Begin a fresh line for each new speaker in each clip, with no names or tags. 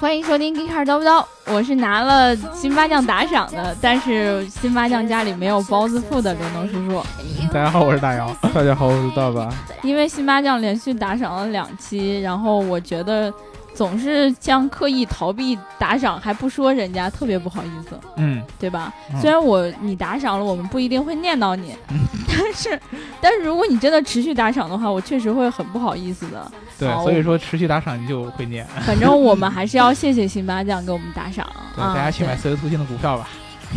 欢迎收听《g e e k a r 叨不叨》，我是拿了辛巴酱打赏的，但是辛巴酱家里没有包子铺的刘能叔叔，
大家好，我是 大姚。
大家好，我是大白。
因为辛巴酱连续打赏了两期，然后我觉得总是像刻意逃避打赏，还不说人家，特别不好意思，
嗯，
对吧？
嗯
虽然我你打赏了，我们不一定会念叨你，但是但是如果你真的持续打赏的话，我确实会很不好意思的。
对
好，啊
所以说持续打赏你就会念。
反正我们还是要谢谢辛巴酱给我们打赏
对，
啊！
大家去买
对
思维图新的股票吧。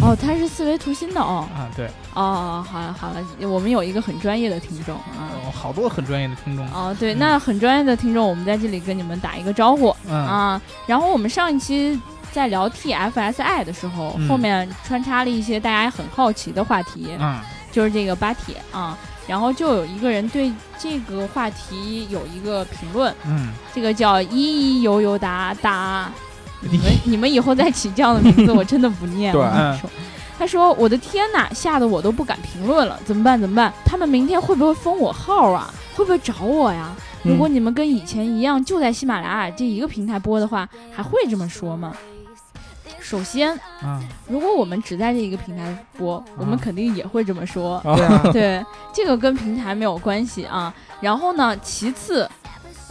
哦，他是四维图新的哦。
啊，对，
哦，好了好了，我们有一个很专业的听众啊。
哦好多很专业的听众。
哦，对，
嗯
那很专业的听众，我们在这里跟你们打一个招呼
嗯，
啊。然后我们上一期在聊 TFSI 的时候，
嗯
后面穿插了一些大家很好奇的话题，
嗯，
就是这个巴铁啊。然后就有一个人对这个话题有一个评论，
嗯，
这个叫一一油油达达，你们你们以后再起这样的名字，我真的不念了。
对
我跟你说，他说我的天呐，吓得我都不敢评论了，怎么办？怎么办？他们明天会不会封我号啊？会不会找我呀？
嗯
如果你们跟以前一样，就在喜马拉雅这一个平台播的话，还会这么说吗？首先，
嗯，
如果我们只在这一个平台播，我们
啊
肯定也会这么说。
啊
对啊，
对，这个跟平台没有关系啊。然后呢，其次，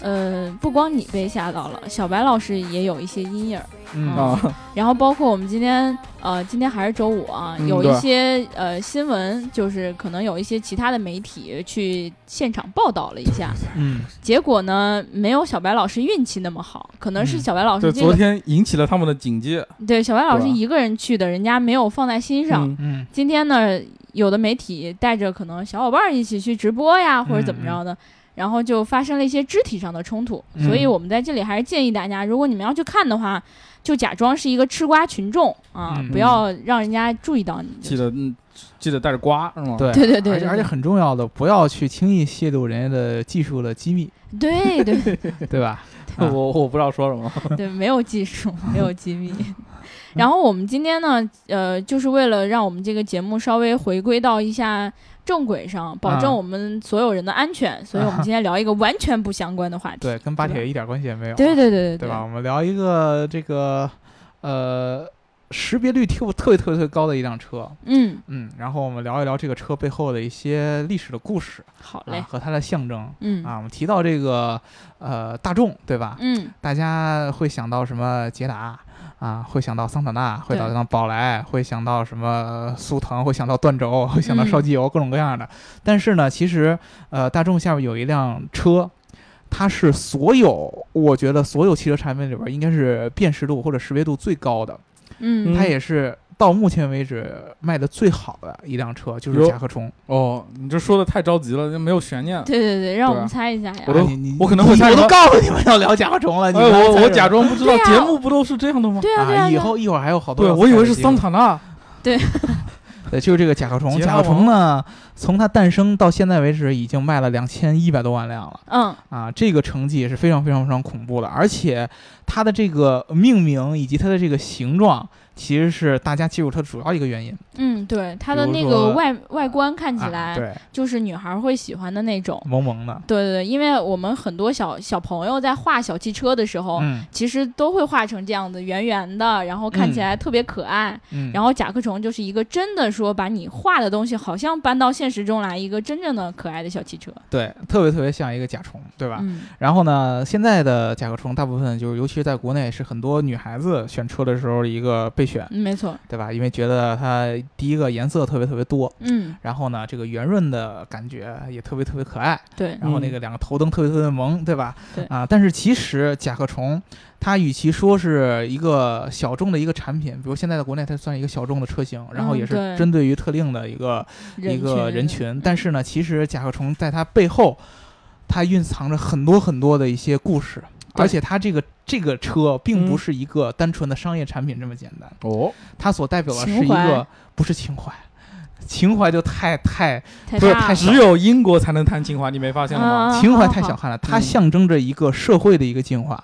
呃，不光你被吓到了，小白老师也有一些阴影儿。
嗯
啊
啊，
然后包括我们今天，呃，今天还是周五啊，
嗯
有一
对
些呃新闻，就是可能有一些其他的媒体去现场报道了一下，
嗯，
结果呢，没有小白老师运气那么好，可能是
嗯
小白老
对，
师哦这
昨
个、
天引起了他们的警戒。
对小白老师
对吧啊
一个人去的，人家没有放在心上。
嗯
嗯，
今天呢，有的媒体带着可能小伙伴儿一起去直播呀，
嗯
或者怎么着的，然后就发生了一些肢体上的冲突。
嗯
所以我们在这里还是建议大家，如果你们要去看的话，就假装是一个吃瓜群众啊，
嗯
不要让人家注意到你
记
就行。
得嗯，记得带着瓜是吗？
对，
对对对
而且
对
而且很重要的，不要去轻易泄露人家的技术的 机密，
对对
对吧？啊
我我不知道说什么。
对，没有技 术，没有机密。然后我们今天呢，呃，就是为了让我们这个节目稍微回归到一下正轨上，保证
啊
我们所有人的安全，所以我们今天聊一个完全不相关的话题。
对，跟巴铁一点关系也没有。
对对对对
对吧？我们聊一个这个，呃，识别率特特别特别特别高的一辆车，
嗯，
嗯，然后我们聊一聊这个车背后的一些历史的故事
好
啊
嘞，
和它的象征
嗯
啊。我们提到这个呃大众，对吧？
嗯，
大家会想到什么捷达啊，会想到桑塔纳，会
对
想到宝来，会想到什么速腾，会想到断轴，会
嗯
想到烧机油，各种各样的。但是呢，其实呃，大众下面有一辆车。它是所有，我觉得所有汽车产品里边应该是辨识度或者识别度最高的，
嗯，
它也是到目前为止卖的最好的一辆车，就是
哟
甲壳虫。
哦，你这说的太着急了，就没有悬念。
对对对，让我们
对啊
猜一下呀。
我都
啊你你
我可能会
你
猜
我
什
都
么
告诉你们要聊甲壳虫了，
哎，
你们还猜
我
什
我
么
假装不知道
对，啊
节目不都是这样的吗？
对啊对
啊，
啊，
以
对啊
后一会儿还有好多
对，
要
我以
猜
为
的
是
机
桑
会
塔纳。
对，就是这个甲壳虫。
捷达
甲壳虫呢，从它诞生到现在为止，已经卖了两千一百多万辆了
嗯，
啊！这个成绩也是非常非常非常恐怖的，而且它的这个命名以及它的这个形状，其实是大家记住它主要一个原因。
嗯，对，它的
比如
那个
说
外外观看起
啊、
来
对，
就是女孩会喜欢的那种。
萌萌的，
对对对，因为我们很多小小朋友在画小汽车的时候，
嗯
其实都会画成这样子圆圆的，然后看起
嗯
来特别可爱。
嗯，
然后甲壳虫就是一个真的说把你画的东西，好像搬到现实中来，一个真正的可爱的小汽车。
对，特别特别像一个甲虫，对吧？
嗯
然后呢，现在的甲壳虫大部分就是，尤其是在国内，是很多女孩子选车的时候一个备选，
嗯，没错。
对吧？因为觉得它第一个颜色特别特别多，
嗯，
然后呢，这个圆润的感觉也特别特别可爱，
对，
然后那个两个头灯特别特别萌，对吧？
嗯对
啊，但是其实甲壳虫它与其说是一个小众的一个产品，比如现在的国内它算一个小众的车型，然后
嗯
也是
对
针对于特定的一个一个人群，但是呢，其实甲壳虫在它背后，它蕴藏着很多很多的一些故事。
对
而且它这个这个车并不
嗯
是一个单纯的商业产品这么简单，
哦，
它所代表的是
情
一
怀
个不是情怀，情怀就太太
太
不是
大
太
了
小
只有英国才能谈情怀，你没发现了吗？
啊
情怀
好
太
好
小看了，它
嗯
象征着一个社会的一个进化。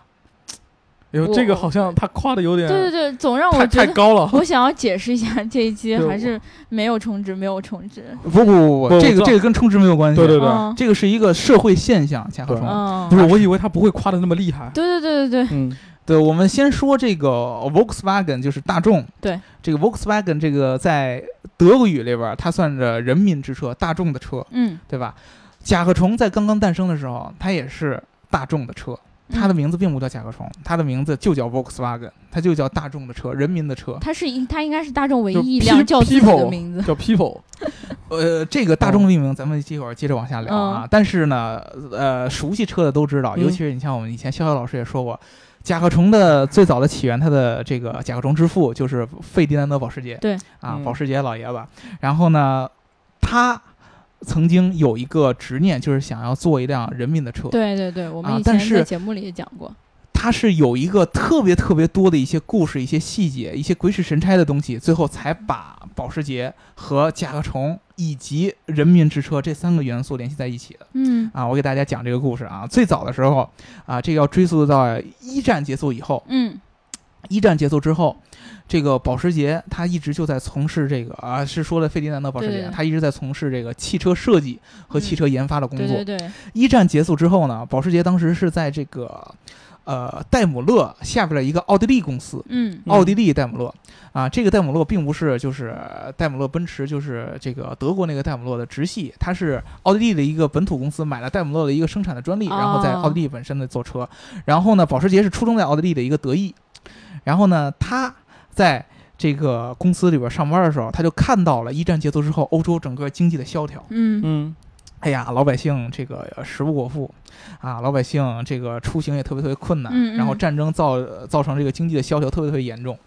哟，
我
这个好像他夸的有点
对对对，总让我
太
觉
太
得。
高了。
我想要解释一下这一期
对
还是没有充值，没有充值。
不不不
不
这
我
个
知道
这个跟充值没有关系。
对对对，
嗯
这个是一个社会现象，甲壳
对
虫。
嗯
不，是，我以为他不会夸的那么厉害。
对对对对对，
嗯，
对，我们先说这个 Volkswagen，就是大众。
对，
这个 Volkswagen 这个在德国语里边儿，它算着人民之车，大众的车，
嗯，
对吧？甲壳虫在刚刚诞生的时候，它也是大众的车，它的
嗯
名字并不叫甲壳虫，它的名字就叫 Volkswagen，它就叫大众的车，人民的车。
它是一，它应该是大众唯
就
一一辆
pe-
叫自己的
people
名字。
叫 People，
呃，这个大众命名，咱们一会儿接着往下聊啊。但是呢，呃，熟悉车的都知道，
嗯
尤其是你像我们以前逍遥老师也说过，甲壳虫的最早的起源，它的这个甲壳虫之父就是费迪南德保时捷，
对
啊，
嗯
保时捷老爷子。然后呢，他曾经有一个执念，就是想要做一辆人民的车。
对对对，我们
啊
以前
但
在
是
节目里也讲过。
他是有一个特别特别多的一些故事、一些细节、一些鬼使神差的东西，最后才把保时捷和甲壳虫以及人民之车这三个元素联系在一起的。
嗯
啊，我给大家讲这个故事啊。最早的时候啊，这个要追溯到一战结束以后。
嗯
一战结束之后，这个保时捷他一直就在从事这个啊，是说的费迪南德保时
对对
捷，
对
他一直在从事这个汽车设计和汽车研发的工
对
作。
对对，
一战结束之后呢，保时捷当时是在这个呃戴姆勒下边的一个奥地利公司。
嗯
嗯
奥地利戴姆勒啊，这个戴姆勒并不是就是戴姆勒奔驰，就是这个德国那个戴姆勒的直系，它是奥地利的一个本土公司买了戴姆勒的一个生产的专利，
哦
然后在奥地利本身的做车。然后呢，保时捷是出生在奥地利的一个德裔，然后呢，他在这个公司里边上班的时候，他就看到了一战结束之后欧洲整个经济的萧条，
嗯
嗯，
哎呀，老百姓这个呃食不果腹啊，老百姓这个出行也特别特别困难，
嗯嗯
然后战争造呃造成这个经济的萧条特别特别严重。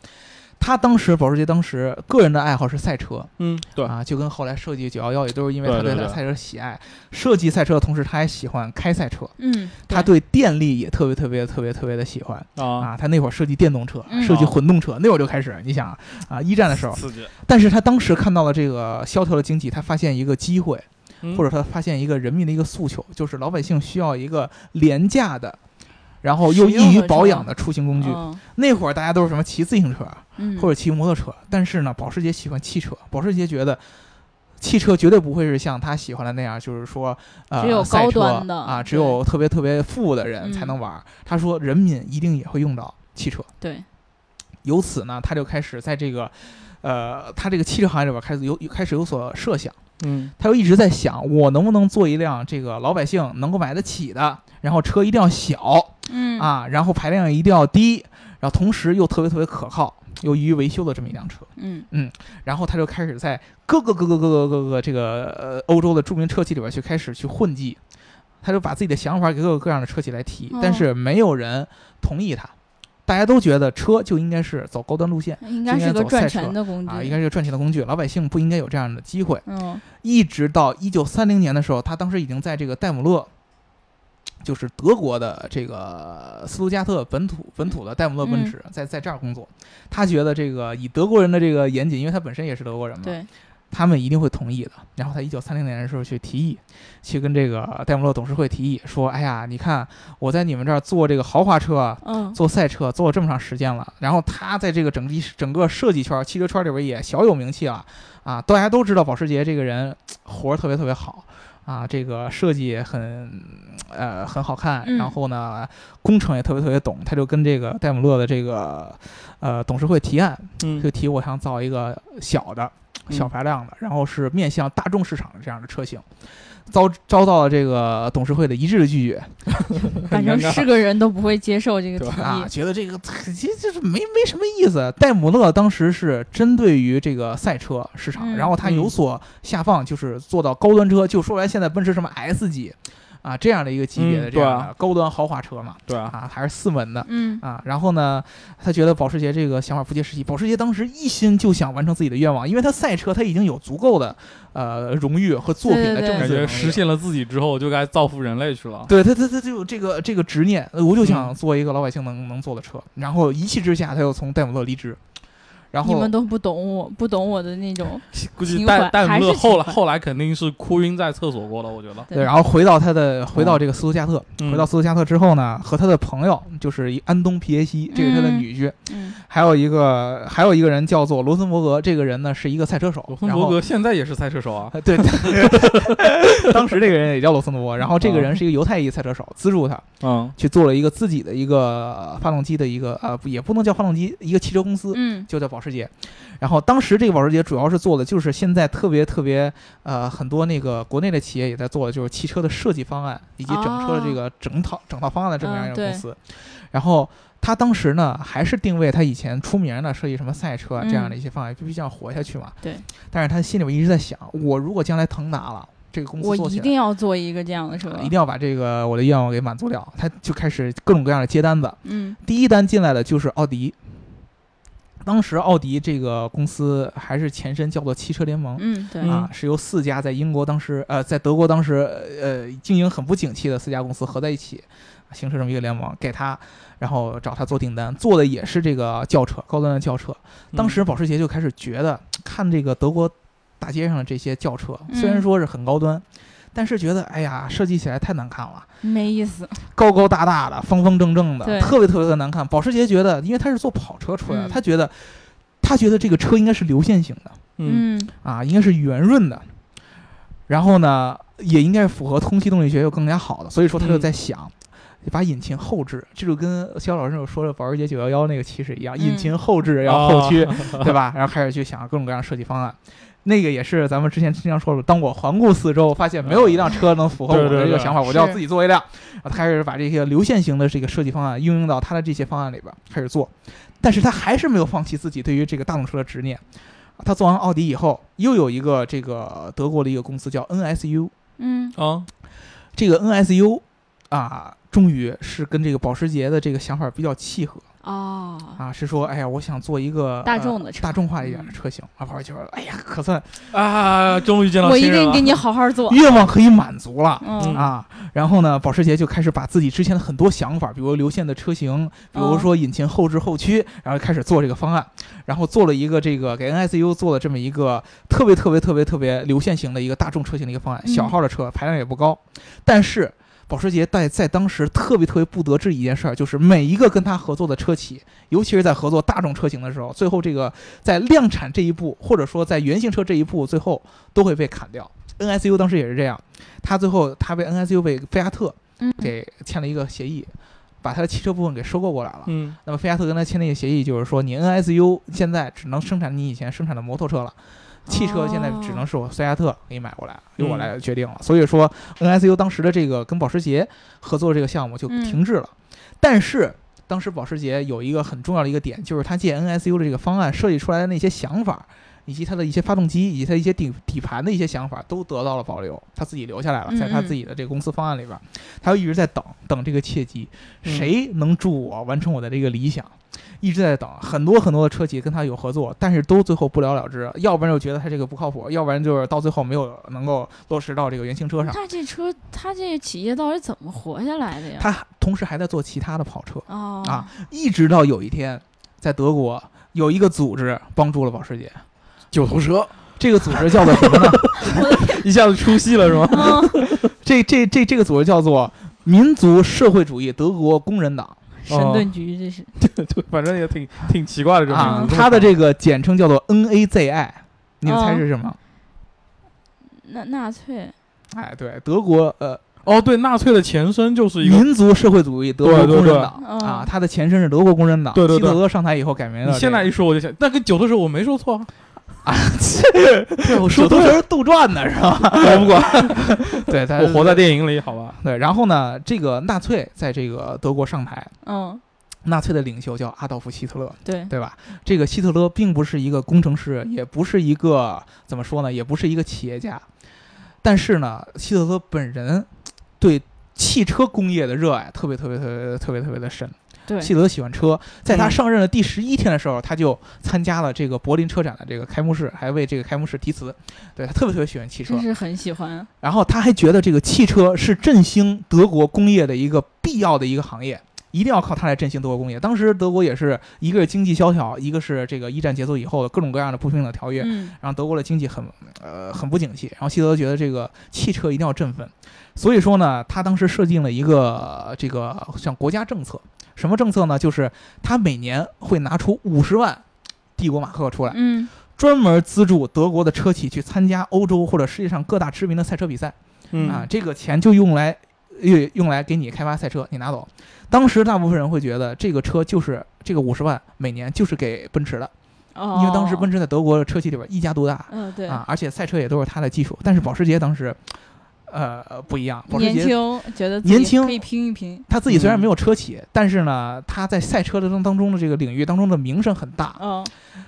他当时保时捷当时个人的爱好是赛车
嗯，对，
啊，就跟后来设计911也都是因为
对
他
对
对他
对
赛车喜爱，设计赛车的同时他还喜欢开赛车，
嗯，
他对电力也特别特别特别特别的喜欢
啊，
啊。他那会儿设计电动车
嗯，
设计
哦
混动车，那会儿就开始，你想啊啊，一战的 时候，
刺激，
但是他当时看到了这个萧条的经济，他发现一个机会，或
嗯
者
者
他发现一个人民的一个诉求，就是老百姓需要一个廉价的，然后又
实用
易于
的
保
车
养的出行工具。
哦
那会儿大家都是什么骑自行车
嗯
或者骑摩托车，但是呢，保时捷喜欢汽车。保时捷觉得汽车绝对不会是像他喜欢的那样，就是说呃
只有
赛
高
车
端的
啊，只
对
有特别特别富的人才
嗯
能玩儿。他说人民一定也会用到汽车。
对，
由此呢，他就开始在这个，呃，他这个汽车行业里边开始有开始有所设想。
嗯
他就一直在想，我能不能做一辆这个老百姓能够买得起的，然后车一定要小
嗯，
啊，然后排量一定要低，然后同时又特别特别可靠，又易于维修的这么一辆车。
嗯
然后他就开始在各个各个各个各个这个呃欧洲的著名车企里边去开始去混迹，他就把自己的想法给各个各样的车企来提
哦，
但是没有人同意他，大家都觉得车就应该是走高端路线
应该
应该
是个
走
赚
赛
钱
车
的工
啊，
具，
应该是个赚钱的工具，老百姓不应该有这样的机会。
嗯
一直到一九三零年的时候，他当时已经在这个戴姆勒，就是德国的这个斯图加特本土本土的戴姆勒奔驰，在在这儿工作。他觉得这个以德国人的这个严谨，因为他本身也是德国人嘛，
对，
他们一定会同意的。然后他一九三零年的时候去提议，去跟这个戴姆勒董事会提议说：“哎呀，你看我在你们这儿做这个豪华车啊，
嗯
做赛车做了这么长时间了，然后他在这个整个整个设计圈、汽车圈里边也小有名气了啊，大家都知道保时捷这个人嘖活儿特别特别好啊，这个设计很呃很好看，
嗯
然后呢工程也特别特别懂，他就跟这个戴姆勒的这个呃董事会提案，就
嗯
提我想造一个小的、
嗯
小排量的，然后是面向大众市场的这样的车型，遭遭到了这个董事会的一致的拒绝。
反正
尴尬
是个人都不会接受这个提
对
啊，
议，
觉得这个 其实就是没没什么意思。戴姆勒当时是针对于这个赛车市场，
嗯
然后它有所下放，就是做到高端车，就说白了，现在奔驰什么 S 级啊这样的一个级别的这
嗯对
样
啊
的高端豪华车嘛，
对啊，
啊还是四门的。
嗯
啊，然后呢，他觉得保时捷这个想法不切实际。保时捷当时一心就想完成自己的愿望，因为他赛车他已经有足够的呃荣誉和作品
对
来
对
证
对
明
感
自己的
觉
能
实
力
现了自己之后就该造福人类去了。
对他，他他就有这个这个执
嗯
念，呃我就想做一个老百姓能能坐的车。然后一气之下，他又从戴姆勒离职，然
你
后
们都不懂我，不懂我的那种。
估计
情
戴
怀
戴姆
还
勒
是情
后来
怀
后来肯定是哭晕在厕所过了，我觉得。
对，然后回到他的回到这个斯图加特，
嗯
回到斯图加特之后呢，和他的朋友就是一安东皮耶西，这是他的
嗯
女婿，
嗯，
还有一个还有一个人叫做罗森伯格，这个人呢是一个赛车手，
罗森
然
伯
后
格现在也是赛车手啊，
呃对， 当时这个人也叫罗森伯，然后这个人是一个犹太裔赛车手，资助他
嗯
去做了一个自己的一个呃发动机的一个呃，不也不能叫发动机，一个汽车公司，
嗯
就叫保时捷。然后当时这个保时捷主要是做的就是现在特别特别呃很多那个国内的企业也在做的就是汽车的设计方案以及整车的这个整套、整套方案的这么样一
哦嗯
个
对
公司。然后他当时呢还是定位他以前出名的设计什么赛车啊这样的一些方案，必须这样活下去嘛。
对。
但是他心里面一直在想，我如果将来腾达了，这个公司
我
做起
一
来啊
定要做一个这样的车，
一定要把这个我的愿望给满足掉。他就开始各种各样的接单子。
嗯
第一单进来的就是奥迪。当时奥迪这个公司还是前身叫做汽车联盟、
嗯，对，
啊，是由四家在英国当时呃在德国当时呃经营很不景气的四家公司合在一起，形成这么一个联盟，给他，然后找他做订单，做的也是这个轿车，高端的轿车。
嗯
当时保时捷就开始觉得，看这个德国大街上的这些轿车，虽然
嗯
说是很高端，但是觉得哎呀设计起来太难看了。
没意思，
高高大大的、方方正正的，
对
特别特别的难看。保时捷觉得，因为他是做跑车出来的，
嗯
他觉得，他觉得这个车应该是流线型的
嗯
嗯
啊，应该是圆润的，然后呢，也应该是符合通气动力学又更加好的。所以说，他就在想。把引擎后置，这就跟肖老师有说的保时捷911那个其实一样，
嗯
引擎后置要后驱， 对吧？然后开始去想各种各样的设计方案。那个也是咱们之前经常说的，当我环顾四周，发现没有一辆车能符合我的
对对
这个
对
想法，啊我就要
是
自己做一辆。然后他开始把这些流线型的这个设计方案应用到他的这些方案里边，开始做。但是他还是没有放弃自己对于这个大众车的执念。啊他做完奥迪以后，又有一个这个德国的一个公司叫 NSU，
嗯
啊
这个 NSU 啊，终于是跟这个保时捷的这个想法比较契合。
哦，
啊，是说，哎呀，我想做一个
大
呃
众的车嗯
大众化一点的车型。啊，跑去说，哎呀，可算
啊，终于见到
我一
亲人
定
了
给你好好做，
愿望可以满 足了。
嗯
啊，然后呢，保时捷就开始把自己之前的很多想法，比如流线的车型，比如
哦
说引擎后置后驱，然后开始做这个方案，然后做了一个这个给 NSU 做了这么一个特别特别特别特别流线型的一个大众车型的一个方案，小
嗯
号的车排量也不高，但是。保时捷在在当时特别特别不得志一件事儿，就是每一个跟他合作的车企，尤其是在合作大众车型的时候，最后这个在量产这一步，或者说在原型车这一步，最后都会被砍掉。NSU 当时也是这样，他最后他被 NSU 被菲亚特
嗯
给签了一个协议，把他的汽车部分给收购过来了。
嗯
那么菲亚特跟他签的一个协议就是说，你 NSU 现在只能生产你以前生产的摩托车了。汽车现在只
哦
能是我菲亚特给你买过来，由我
嗯
来决定了。所以说，NSU 当时的这个跟保时捷合作的这个项目就
嗯
停滞了。但是当时保时捷有一个很重要的一个点，就是他借 NSU 的这个方案设计出来的那些想法，以及它的一些发动机，以及它一些底底盘的一些想法，都得到了保留，他自己留下来了，
嗯
在他
嗯
自己的这个公司方案里边，他就一直在等等这个契机，
嗯
谁能助我完成我的这个理想？一直在等很多很多的车企跟他有合作，但是都最后不了了之，要不然就觉得他这个不靠谱，要不然就是到最后没有能够落实到这个原型车上。
那这车，他这企业到底怎么活下来的呀？
他同时还在做其他的跑车，
哦
啊，一直到有一天，在德国有一个组织帮助了保时捷，
九头蛇
这个组织叫做什么呢？
一下子出戏了是吗？
哦
嗯
这这这这个组织叫做民族社会主义德国工人党
神盾局这是，
对，反正也挺挺奇怪的这种
啊
名，字
它的这个简称叫做 NAZI，你们猜
哦
是什么？
纳纳粹，
哎，对，德国呃
哦，对，纳粹的前身就是一个，
民族社会主义德国
对对
工人
对
党
嗯
啊，它的前身是德国工人党。
对对
希特
对
勒上台以后改名了这
你
个。
现在一说我就想，那跟九头蛇我没说错啊，
对我说
九
都
头
是杜撰的是吧？
我不管，
对，它
我活在电影里，好吧？
对。然后呢，这个纳粹在这个德国上台，
嗯，
纳粹的领袖叫阿道夫·希特勒。
对，
对吧？这个希特勒并不是一个工程师，也不是一个怎么说呢，也不是一个企业家，但是呢，希特勒本人对汽车工业的热爱特别特别特别特别特别的深。
对，
希特勒喜欢车，在他
嗯
上任的第十一天的时候，他就参加了这个柏林车展的这个开幕式，还为这个开幕式题词。对他特别特别喜欢汽车
真，是很喜欢，
然后他还觉得这个汽车是振兴德国工业的一个必要的一个行业。一定要靠它来振兴德国工业。当时德国也是一个是经济萧条，一个是这个一战结束以后的各种各样的不平等条约，
嗯
让德国的经济很呃很不景气。然后希特勒觉得这个汽车一定要振奋，所以说呢，他当时设定了一个呃这个像国家政策，什么政策呢？就是他每年会拿出五十万帝国马克出来，
嗯
专门资助德国的车企去参加欧洲或者世界上各大知名的赛车比赛。
嗯
啊，这个钱就用来用用来给你开发赛车，你拿走。当时大部分人会觉得这个车就是这个五十万每年就是给奔驰的，
哦，
因为当时奔驰在德国的车企里边一家独大
嗯对
啊，而且赛车也都是它的技术。但是保时捷当时，呃，不一样，保时
年
捷。
轻觉得自己
年轻
可以拼一拼，
他自己虽然没有车企，但是呢，他在赛车的当当中的这个领域当中的名声很大。
嗯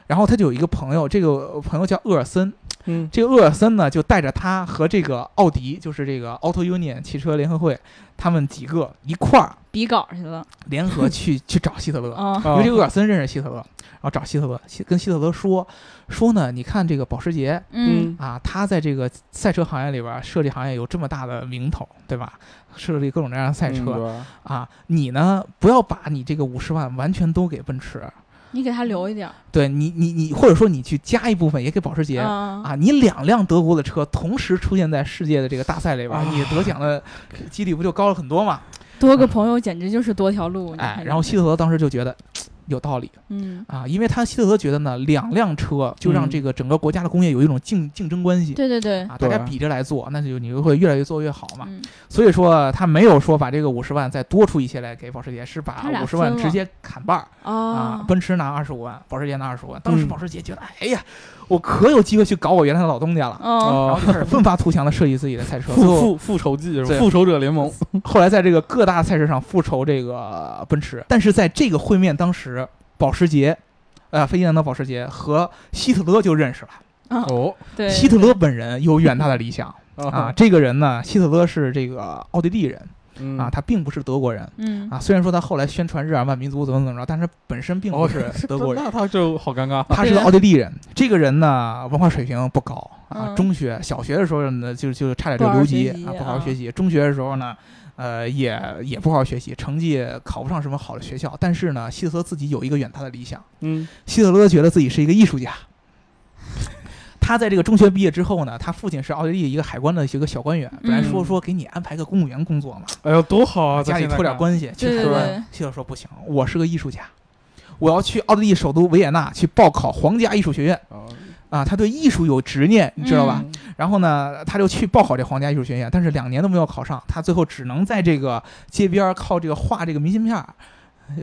然后他就有一个朋友，这个朋友叫厄尔森，
嗯
这个厄尔森呢，就带着他和这个奥迪，就是这个 Auto Union 汽车联合会，他们几个一块儿
比稿去了，
联 合去去找希特勒，
嗯
因为这个厄
个
尔森认识希特勒，然后找希特勒，希跟希特勒说说呢，你看这个保时捷
嗯
啊，他在这个赛车行业里边儿，设计行业有这么大的名头，对吧？设计各种各样的
嗯
赛车、啊，你呢不要把你这个五十万完全都给奔驰，
你给他留一点儿，
对你你你，或者说你去加一部分也给保时捷。
嗯
啊，你两辆德国的车同时出现在世界的这个大赛里边儿，
啊
你得奖的几率不就高了很多嘛？
多个朋友简直就是多条路，你
哎，
看
然后希特勒当时就觉得有道理
嗯，
啊，因为他希特勒觉得呢，两辆车就让
嗯
这个整个国家的工业有一种竞竞争关系。
对对对，
啊，大家
对
比着来做，那就你就会越来越做越好嘛。
嗯
所以说他没有说把这个五十万再多出一些来给保时捷，是把
他俩
五十万
分了
直接砍半儿、啊
哦。，
奔驰拿二十五万，保时捷拿二十五万。当时
嗯
保时捷觉得，哎呀，我可有机会去搞我原来的老东家了。
嗯，
然后
哦，
就开 始奋发图强的设计自己的赛车，
复
最后
复复仇记是吧
对
复仇者联盟，
后来在这个各大赛事上复仇这个呃奔驰。但是在这个会面，当时保时捷，呃，飞机党的保时捷和希特勒就认识了。
哦
对，
希特勒本人有远大的理 想啊，，这个人呢，希特勒是这个奥地利人
嗯
啊，他并不是德国人。
嗯，
啊，虽然说他后来宣传日耳曼民族怎么怎么着，但是本身并
哦
不是德国人，
那他就好尴尬，
他是个奥地利人。这个人呢，文化水平不高啊，
嗯
中学、小学的时候呢，就就差点
不
就
好好
留
学
级
习
啊，不好好
啊
学习。中学的时候呢，呃，也也不好好学习，成绩考不上什么好的学校。但是呢，希特勒自己有一个远大的理想，
嗯
希特勒觉得自己是一个艺术家。 他在这个中学毕业之后呢，他父亲是奥地利一个海关的一个小官员，本来说
嗯
说给你安排个公务员工作嘛，
哎呦多好啊，
家里托点
关，
关系去
对
台
对
湾
对。
希特勒说不行，我是个艺术家，我要去奥地利首都维也纳去报考皇家艺术学院
哦
啊！他对艺术有执念，你知道吧？
嗯
然后呢，他就去报考这皇家艺术学院，但是两年都没有考上，他最后只能在这个街边儿靠这个画这个明信片儿。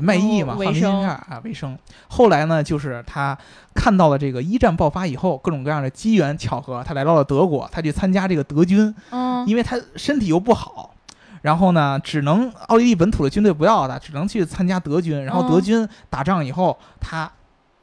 卖艺嘛，
哦
画
为
明信
生
片儿啊，为生。后来呢，就是他看到了这个一战爆发以后各种各样的机缘巧合，他来到了德国，他去参加这个德军，
嗯，
因为他身体又不好，然后呢，只能奥地利本土的军队不要他，只能去参加德军。
嗯
然后德军打仗以后，他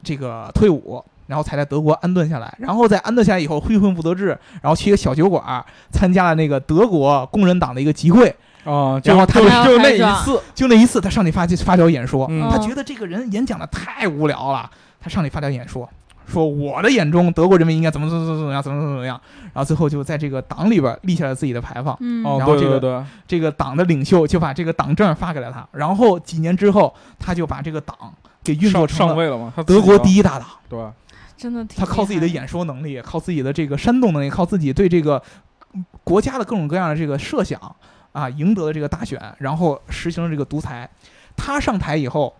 这个退伍，然后才在德国安顿下来。然后在安顿下来以后，混混不得志，然后去一个小酒馆儿参加了那个德国工人党的一个集会。
哦，
然后他
就
还要
就那
拍
一
照
次，
就那一次，他上去发发表演说，
嗯
他觉得这个人演讲的太无聊了，他上去发表演说，说我的眼中德国人民应该怎么怎么怎么怎么样，怎么怎么怎么样。然后最后就在这个党里边儿立下了自己的牌坊。
嗯，
哦
然后
对
这个
对对，
这个党的领袖就把这个党证发给了他，然后几年之后，他就把这个党给运作
上
成
上
了
位了嘛，他
德国
一
第一大党。
对，
真的挺
他靠自己的
厉害
演说能力，靠自己的这个煽动能力，靠自己对这个嗯国家的各种各样的这个设想啊，赢得了这个大选，然后实行了这个独裁。他上台以后，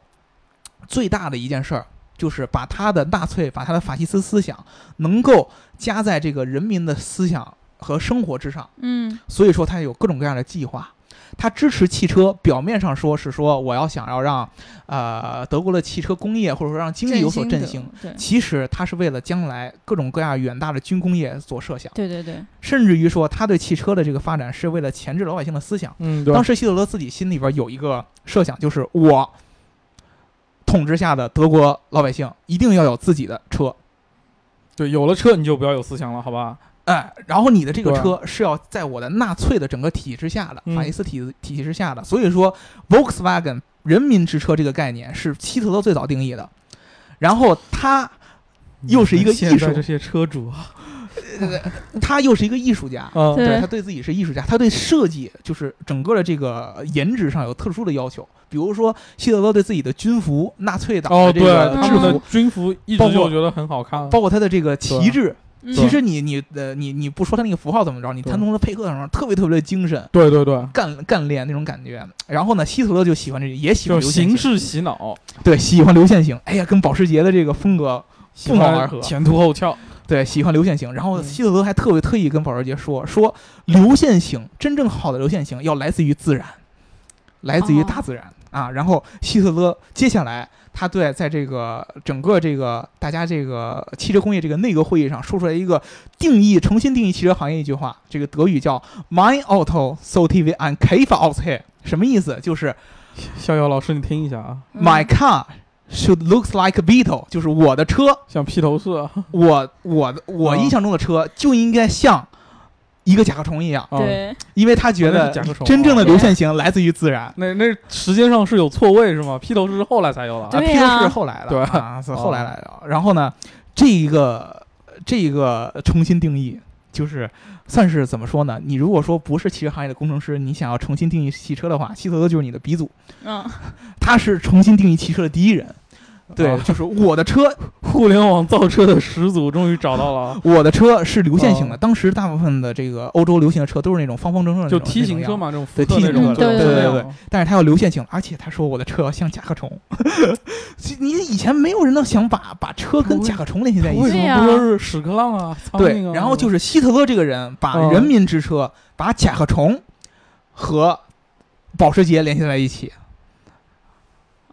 最大的一件事儿就是把他的纳粹、把他的法西斯思想能够加在这个人民的思想和生活之上。
嗯
所以说他有各种各样的计划。他支持汽车，表面上说是说我要想要让，呃，德国的汽车工业或者说让经济有所振兴，，
振兴
其实他是为了将来各种各样远大的军工业所设想，
对对对对，
甚至于说他对汽车的这个发展是为了钳制老百姓的思想。
嗯，
当
时
时希特勒自己心里边有一个设想，就是我统治下的德国老百姓一定要有自己的车，
对有了车你就不要有思想了，好吧？
哎，然后你的这个
对
车是要在我的纳粹的整个体系之下的，
嗯
法西斯体体系之下的，所以说 Volkswagen 人民之车这个概念是希特勒最早定嗯义的。然后他又是一个艺术
现在这些车主啊，
他又是一个艺术家，
嗯，
对
他对自己是艺术家，他对设计就是整个的这个颜值上有特殊的要求。比如说希特勒对自己的军服，纳粹党
哦，
的这
对，
个
他
制
们
服，
的军服一
包
直
括
就觉得很好看，
包括他的这个旗帜，
嗯
其实你你呃你你不说他那个符号怎么着，你
对
他从他配合上特别特别的精神。
对对对，
干干练那种感觉，然后呢，希特勒就喜欢这，也喜欢
就是
流线
形
型，
式洗脑，
对，喜欢流线型。哎呀，跟保时捷的这个风格
喜
不谋而
欢
合，
前凸后翘，
对，喜欢流线型。然后
嗯
希特勒还特别特意跟保时捷说，说流线型真正好的流线型要来自于自然，来自于
哦
大自然、啊。然后希特勒接下来他对在这个整个这个大家这个汽车工业这个内阁会议上说出来一个定义，重新定义汽车行业一句话，这个德语叫 “Mein Auto so t v ein Käfer aus h e 什么意思？就是
逍遥老师，你听一下啊，
嗯
My car should looks like a beetle，就是我的车
像披头士啊，
我我的我
嗯
印象中的车就应该像一个甲壳虫一样，
啊，
对，
因为他觉
那
得
是甲壳虫啊
真正的流线型来自于自然。
那那时间上是有错位是吗？披头士是后来才有的啊，
对
披头
呀
士是后来的，
对哦
啊，是后来来的。然后呢，这一个这一个重新定义，就是算是怎么说呢？你如果说不是汽车行业的工程师，你想要重新定义汽车的话，希特勒就是你的鼻祖，
嗯，
啊他是重新定义汽车的第一人。对，
啊
就是我的车
互联网造车的始祖终于找到了 啊，
我的车是流线型
哦
的，当时大部分的这个欧洲流行的车都是那种方方正正的那
就
种，
梯形车
嘛。
嘛，这种福
对
特
梯
那
形
种
车对
就
对
那
对
样
但是他要流线型，而且他说我的车要像甲壳虫。 其你以前没有人能想把把车跟甲壳虫联系在一
为
起。
什
对
么
呀
不说是屎壳郎啊、苍
哦
对
蝇啊？，
然后就是希特勒这个人把
嗯
人民之车、把甲壳虫和保时捷联系在一起。
哦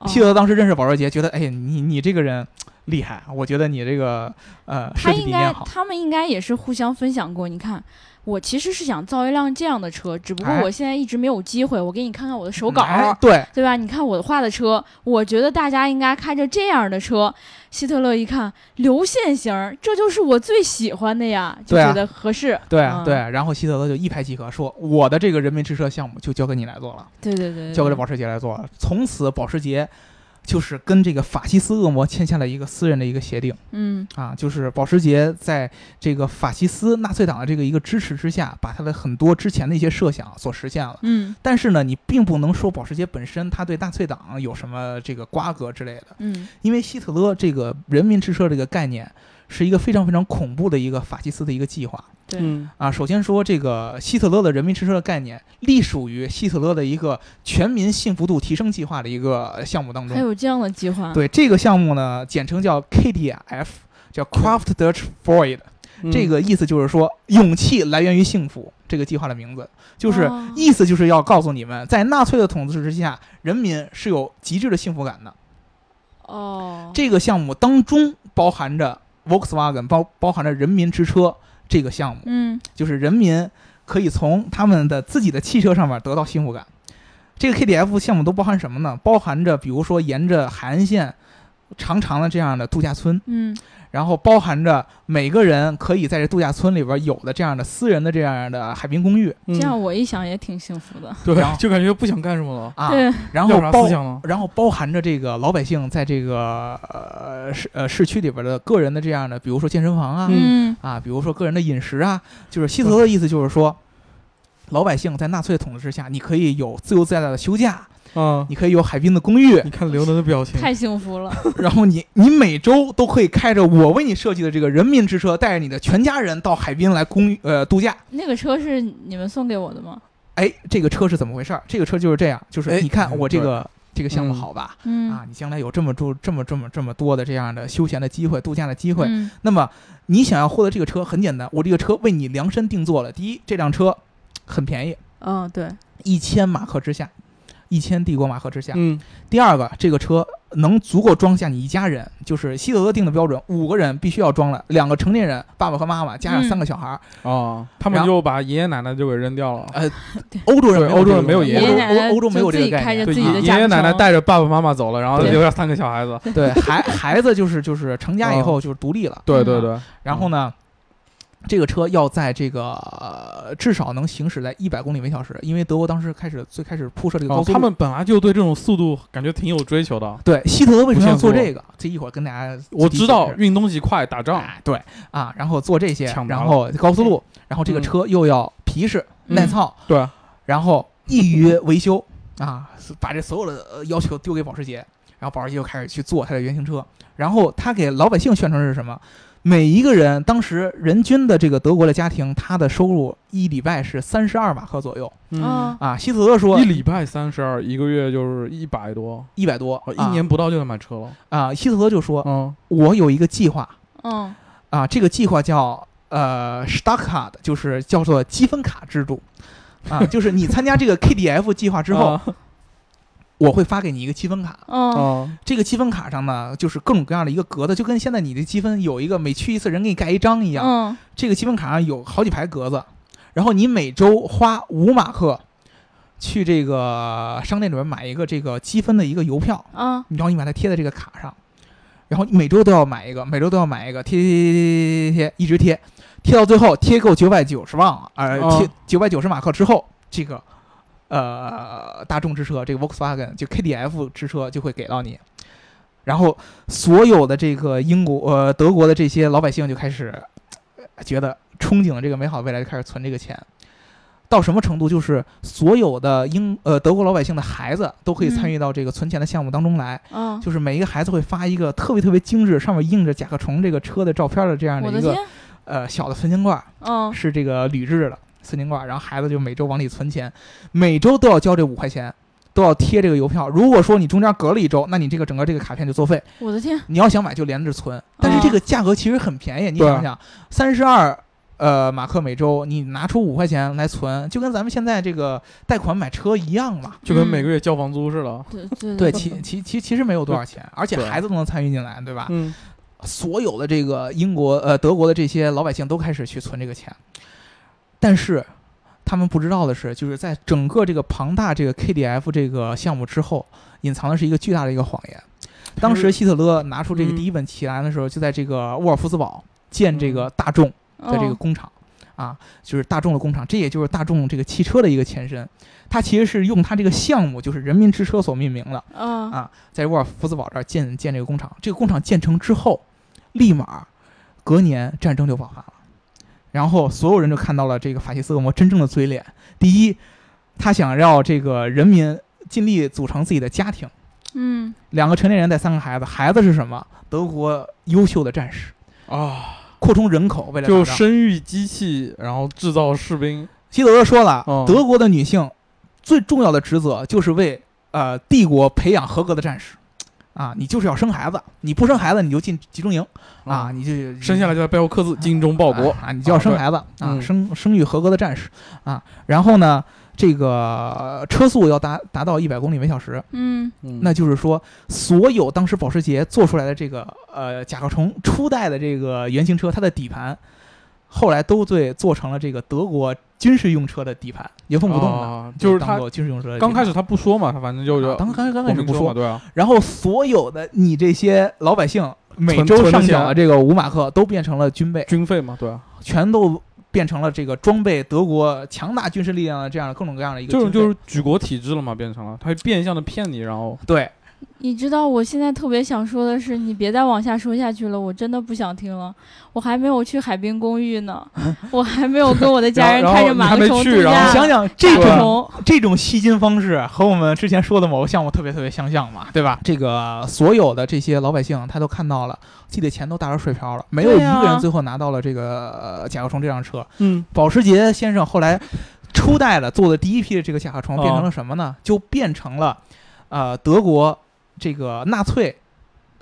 希特勒当时认识保时捷，觉得哎，你你这个人厉害，我觉得你这个呃设
他
计
应
理
该
念好。
他们应该也是互相分享过。你看，我其实是想造一辆这样的车，只不过
哎
我现在一直没有机会。我给你看看我的手稿。
哎对，
对吧？你看我画的车，我觉得大家应该开着这样的车。希特勒一看流线型儿，这就是我最喜欢的呀，就
对啊
觉得合适。
对
嗯
对，然后希特勒就一拍即合，说我的这个人民之车项目就交给你来做了，
对对对对
交给了
对
保时捷来做了。从此，保时捷就是跟这个法西斯恶魔签下了一个私人的一个协定
嗯
啊，就是保时捷在这个法西斯纳粹党的这个一个支持之下，把他的很多之前的一些设想所实现了。
嗯
但是呢，你并不能说保时捷本身它对纳粹党有什么这个瓜葛之类的，
嗯
因为希特勒这个人民之车这个概念是一个非常非常恐怖的一个法西斯的一个计划。
对
嗯，
啊，首先说这个希特勒的人民之车的概念，隶属于希特勒的一个全民幸福度提升计划的一个项目当
还
中。
有这样的计划。
嗯对这个项目呢，简称叫 KDF，叫 Kraft Dutch Freud，、
嗯
这个意思就是说勇气来源于幸福。这个计划的名字就是、
哦
意思就是要告诉你们，在纳粹的统治之下，人民是有极致的幸福感的。
哦，
这个项目当中包含着 Volkswagen，包包含着人民之车这个项目。
嗯
就是人民可以从他们的自己的汽车上面得到幸福感。这个 KDF 项目都包含什么呢？包含着比如说沿着海岸线长长的这样的度假村，
嗯
然后包含着每个人可以在这度假村里边有的这样的私人的这样的海滨公寓
这
嗯
样我一想也挺幸福的。
对
然后，
就感觉不想干什么了，
啊，
对，
然
要
后
啥
包
思想呢？
然后包含着这个老百姓在这个呃市呃市区里边的个人的这样的，比如说健身房啊，
嗯
啊，比如说个人的饮食啊，就是希特勒的意思就是说，老百姓在纳粹的统治之下，你可以有自由自在的休假，
啊，
你可以有海滨的公寓，
你看刘能的表情，
太幸福了。
然后你你每周都可以开着我为你设计的这个人民之车，带着你的全家人到海滨来公寓呃度假。
那个车是你们送给我的吗？
哎，这个车是怎么回事儿？这个车就是这样，就是
哎
你看我这
对
个这个项目
嗯
好吧？
嗯
啊，你将来有这么多、这么、这么、这么多的这样的休闲的机会、度假的机会，
嗯
那么你想要获得这个车很简单，我这个车为你量身定做了。第一，这辆车很便宜，
哦对，
一千马赫之下，一千帝国马赫之下。
嗯，
第二个，这个车能足够装下你一家人，就是希特勒定的标准，五个人必须要装了，两个成年人，爸爸和妈妈加上
嗯
三个小孩儿。
哦，他们
然后
就把爷爷奶奶就给扔掉了。
呃，欧洲人
对
没有
欧洲
这
人
个
没有
概
爷
爷
爷
爷
念欧
奶
洲
奶
欧欧洲没有
就自
这个
己
概
开着
念。
自
对，
己的
爷
家
爷奶奶
庭
带着爸爸妈妈走了，然后
对
留下三个小孩子。哦
对孩孩子就是就是成家以后就是独立了，
对
对
对，
然后呢，这个车要在这个、呃至少能行驶在一百公里每小时，因为德国当时开始最开始铺设这个高
哦，
速路。
他们本来就对这种速度感觉挺有追求的。啊
对希特勒为什么要做
不限速
这个？这一会儿跟大家
我知道
解释
运东西快，打仗
哎对啊，然后做这些
抢，答
然
了
后高速路，然后这个
嗯
车又要皮实
嗯
耐操，
对，
然后易于维修啊，把这所有的呃要求丢给保时捷，然后保时捷又开始去做它的原型车，然后他给老百姓宣传是什么？每一个人当时人均的这个德国的家庭，他的收入一礼拜是三十二马克左右
啊，
啊。希特勒说
嗯一礼拜三十二，一个月就是一百多，
一百多，
哦，一
啊
年不到就能买车了。
啊。希特勒就说，
嗯，
我有一个计划
嗯
啊，这个计划叫呃 Stuckart，就是叫做积分卡制度啊，就是你参加这个 KDF 计划之
嗯
后，我会发给你一个积分卡。
嗯
啊，
这个积分卡上呢，就是各种各样的一个格子，就跟现在你的积分有一个每去一次人给你盖一张一样。
嗯，
这个积分卡上有好几排格子，然后你每周花五马克去这个商店里面买一个这个积分的一个邮票，
啊
然后你把它贴在这个卡上，然后你每周都要买一个，每周都要买一个，贴贴贴贴贴贴贴，一直贴，贴到最后贴够九百九十万啊，呃，
哦
贴九百九十马克之后，这个呃大众之车，这个 Volkswagen 就 KDF 之车就会给到你。然后所有的这个英国呃德国的这些老百姓就开始呃觉得憧憬这个美好未来，就开始存这个钱。到什么程度？就是所有的英呃德国老百姓的孩子都可以参与到这个存钱的项目当中来，
嗯，
就是每一个孩子会发一个特别特别精致，上面印着甲壳虫这个车的照片的这样
我
的
的
一个
天，
呃小的存钱罐儿，
嗯
是这个铝制的存钱罐儿，然后孩子就每周往里存钱，每周都要交这五块钱，都要贴这个邮票。如果说你中间隔了一周，那你这个整个这个卡片就作废。
我的天，
你要想买就连
嗯
着存，但是这个价格其实很便宜，你想
啊
想，三十二。呃，马克每周你拿出五块钱来存，就跟咱们现在这个贷款买车一样嘛。
就跟每个月交房租似的。
啊
对对
对，其其其其实没有多少钱，
嗯
而且孩子都能参与进来，对吧？
嗯，
所有的这个英国呃德国的这些老百姓都开始去存这个钱，但是他们不知道的是，就是在整个这个庞大这个 KDF 这个项目之后，隐藏的是一个巨大的一个谎言。当时希特勒拿出这个
嗯
第一本旗兰的时候，就在这个沃尔夫斯堡建这个大众
哦
的这个工厂。啊，就是大众的工厂，这也就是大众这个汽车的一个前身。它其实是用它这个项目，就是人民之车所命名的。
嗯
啊，在沃尔夫斯堡这儿建建这个工厂。这个工厂建成之后，立马隔年战争就爆发了，然后所有人就看到了这个法西斯恶魔真正的嘴脸。第一，他想要这个人民尽力组成自己的家庭，
嗯
两个成年人带三个孩子，孩子是什么？德国优秀的战士，
啊，
扩充人口，为了
就
打仗
生育机器，然后制造士兵。
希特勒说了，
哦
德国的女性最重要的职责就是为呃帝国培养合格的战士。啊，你就是要生孩子，你不生孩子你就进集中营啊，你就
嗯生下来就在背后刻字“精忠报国
啊，你就要生孩子
对
啊，
嗯
生生育合格的战士啊。然后呢，这个车速要达达到一百公里每小时，
嗯”，
那就是说，所有当时保时捷做出来的这个呃甲壳虫初代的这个原型车，它的底盘后来都对做成了这个德国军事用车的底盘，原封不动的，
啊就是
当
他
做军事用车的底盘。
刚开始他不说嘛，他反正就是
啊当刚刚
我
开始
明
不
说嘛，
说，
对啊，
然后所有的你这些老百姓每
存
周
存的
上
钱
缴的这个五马克都变成了军备，
军费嘛，对啊，
全都变成了这个装备德国强大军事力量的这样的各种各样的一个
这
军
种
备，
就是举国体制了嘛，变成了他变相的骗你，然后
对
你知道我现在特别想说的是，你别再往下说下去了，我真的不想听了。我还没有去海滨公寓 呢，我还没有跟我的家人
然后
开着马
然后
克
你还
虫
没去
度
然
假，
后
想想这
马
对
克
种
虫，
这种吸金方式和我们之前说的某个项目特别特别相像嘛，对吧？这个所有的这些老百姓他都看到了，自己的钱都打入水漂了，没有一
对啊
个人最后拿到了这个呃甲壳虫这辆车。
嗯，
保时捷先生后来初代了做的第一批的这个甲壳虫
哦
变成了什么呢？就变成了呃德国这个纳粹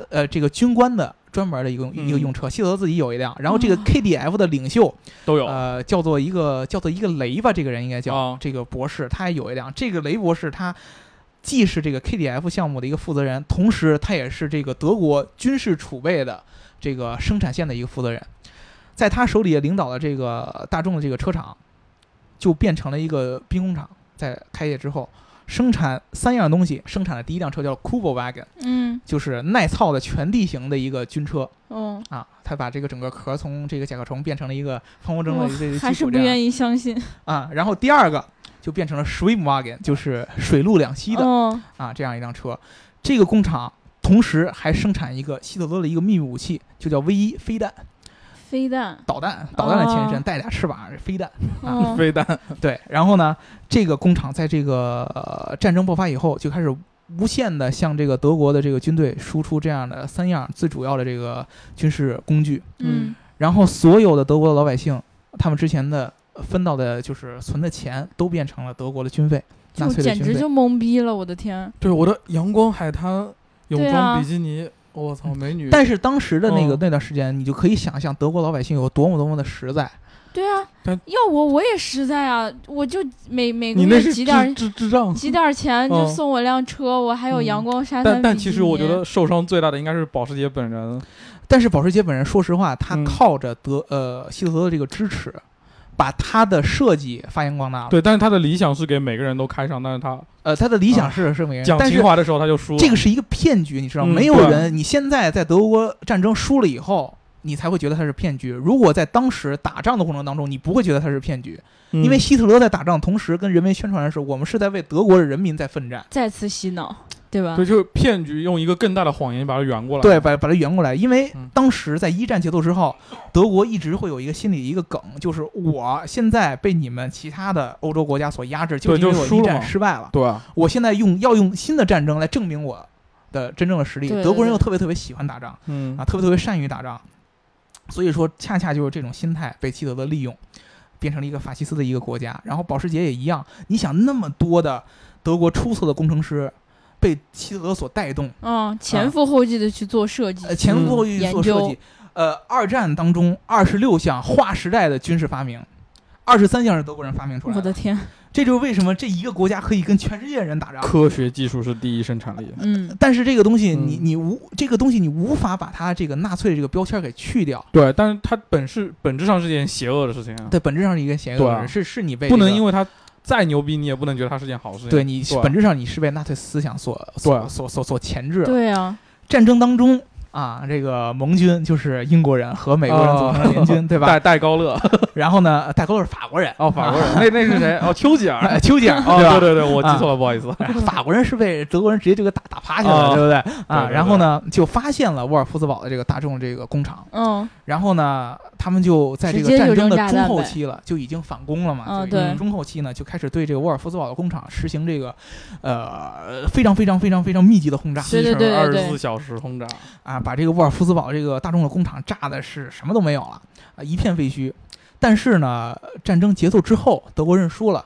呃这个军官的专门的一个一个
嗯
用车。希特勒自己有一辆，然后这个
哦
KDF 的领袖
都有
呃叫做一个叫做一个雷吧，这个人应该叫、
哦
这个博士，他也有一辆。这个雷博士他。既是这个 KDF 项目的一个负责人，同时他也是这个德国军事储备的这个生产线的一个负责人，在他手里也领导了这个大众的这个车厂，就变成了一个兵工厂。在开业之后，生产三样东西，生产的第一辆车叫 Kubo Wagon，
嗯
就是耐操的全地形的一个军车
哦，
啊。它把这个整个壳从这个甲壳虫变成了一个方方正
我
正的这个
还
基
是
础
不
这样
愿意相信。
啊。然后第二个就变成了 Swim Wagon，就是水陆两栖的、
哦，
啊这样一辆车。这个工厂同时还生产一个希特勒的一个秘密武器，就叫 V 一飞弹
飞弹。
导弹，导弹的前
哦
身带俩翅膀啊飞弹。
哦，
飞弹，
对，然后呢，这个工厂在这个、呃、战争爆发以后，就开始无限的向这个德国的这个军队输出这样的三样最主要的这个军事工具。
嗯
然后所有的德国的老百姓，他们之前的呃分到的就是存的钱，都变成了德国的军费，纳
就
粹的
简
军
直
费。
就懵逼了，我的天！
对我的阳光海滩泳
对啊
装比基尼，我操，美女，
嗯但是当时的那个
嗯
那段时间，你就可以想象德国老百姓有多么多么的实在。
对啊
但，
要我我也实在啊，我就每每个
你那
月
是
几点
智
儿
智智障。
几点儿钱就
嗯
送我辆车，我还有
嗯
阳光沙滩比
但
基尼。
但其实我觉得受伤最大的应该是保时捷本人，
但是保时捷本人，说实话，他
嗯
靠着德、呃希特勒的这个支持，把他的设计发扬光大了。
对，但是他的理想是给每个人都开上，但是他
呃，他的理想是是没人，
啊讲
但
情
是
怀的时候他就输了。
这个是一个骗局，你知道吗？
嗯
没有
对
人，你现在在德国战争输了以后，你才会觉得它是骗局。如果在当时打仗的过程当中，你不会觉得它是骗局，
嗯
因为希特勒在打仗，同时跟人民宣传的是我们是在为德国的人民在奋战。
再次洗脑，对吧？
对，就是骗局，用一个更大的谎言把它圆过来。
对，把把它圆过来，因为
嗯
当时在一战结束之后，德国一直会有一个心理一个梗，就是我现在被你们其他的欧洲国家所压制，就
对
是因为
就
我
输
一
了
战
嘛
失败了。
对啊，
我现在用要用新的战争来证明我的真正的实力。
对对
德国人又
对
特别特别喜欢打仗
嗯
啊，特别特别善于打仗，所以说恰恰就是这种心态被希特勒利用，变成了一个法西斯的一个国家。然后保时捷也一样，你想那么多的德国出色的工程师被希特勒所带动，
嗯，前赴后继的去做设计
呃，，前赴后继
嗯
做设
研
计
究。
呃，二战当中二十六项划时代的军事发明，二十三项是德国人发明出来
我的天，
这就是为什么这一个国家可以跟全世界人打仗。
科学技术是第一生产力。
嗯，
但是这个东西你，你
嗯
无这个东西，你无法把它这个纳粹这个标签给去掉。
对，但是它本是本质上是件邪恶的事情啊，
它本质上是一个邪恶
对
的
啊
人，是是你被
不
这
能
个
因为它再牛逼，你也不能觉得它是件好事情。
对你
对啊
本质上你是被纳粹思想所
对
所
啊
所所所钳制了。
对啊，
战争当中啊，这个盟军就是英国人和美国人组成的联军，对吧？
哦戴戴高乐
然后呢，戴高乐是法国人，
哦，法国人， 那那是谁？哦，丘吉尔
哎。丘吉尔，
哦，
对吧？
对对对，我记错了，不好意 思。
哎法国人是被德国人直接就给打打趴下了，
哦
对不对？
对
啊，
对对
然后呢，就发现了沃尔夫斯堡的这个大众这个工厂，
嗯，
然后呢，他们就在这
直
个
接就
战争
扔
的
炸
中
弹
后
呗
期了，就已经反攻了嘛。
嗯
就已经
对
中后期呢，就开始对这个沃尔夫斯堡的工厂实行这个，呃，非常非常非常非常密集的轰炸
对对对对
二
对
十四小时轰炸，
啊，把这个沃尔夫斯堡这个大众的工厂炸的是什么都没有了啊，一片废墟。但是呢，战争结束之后，德国认输了。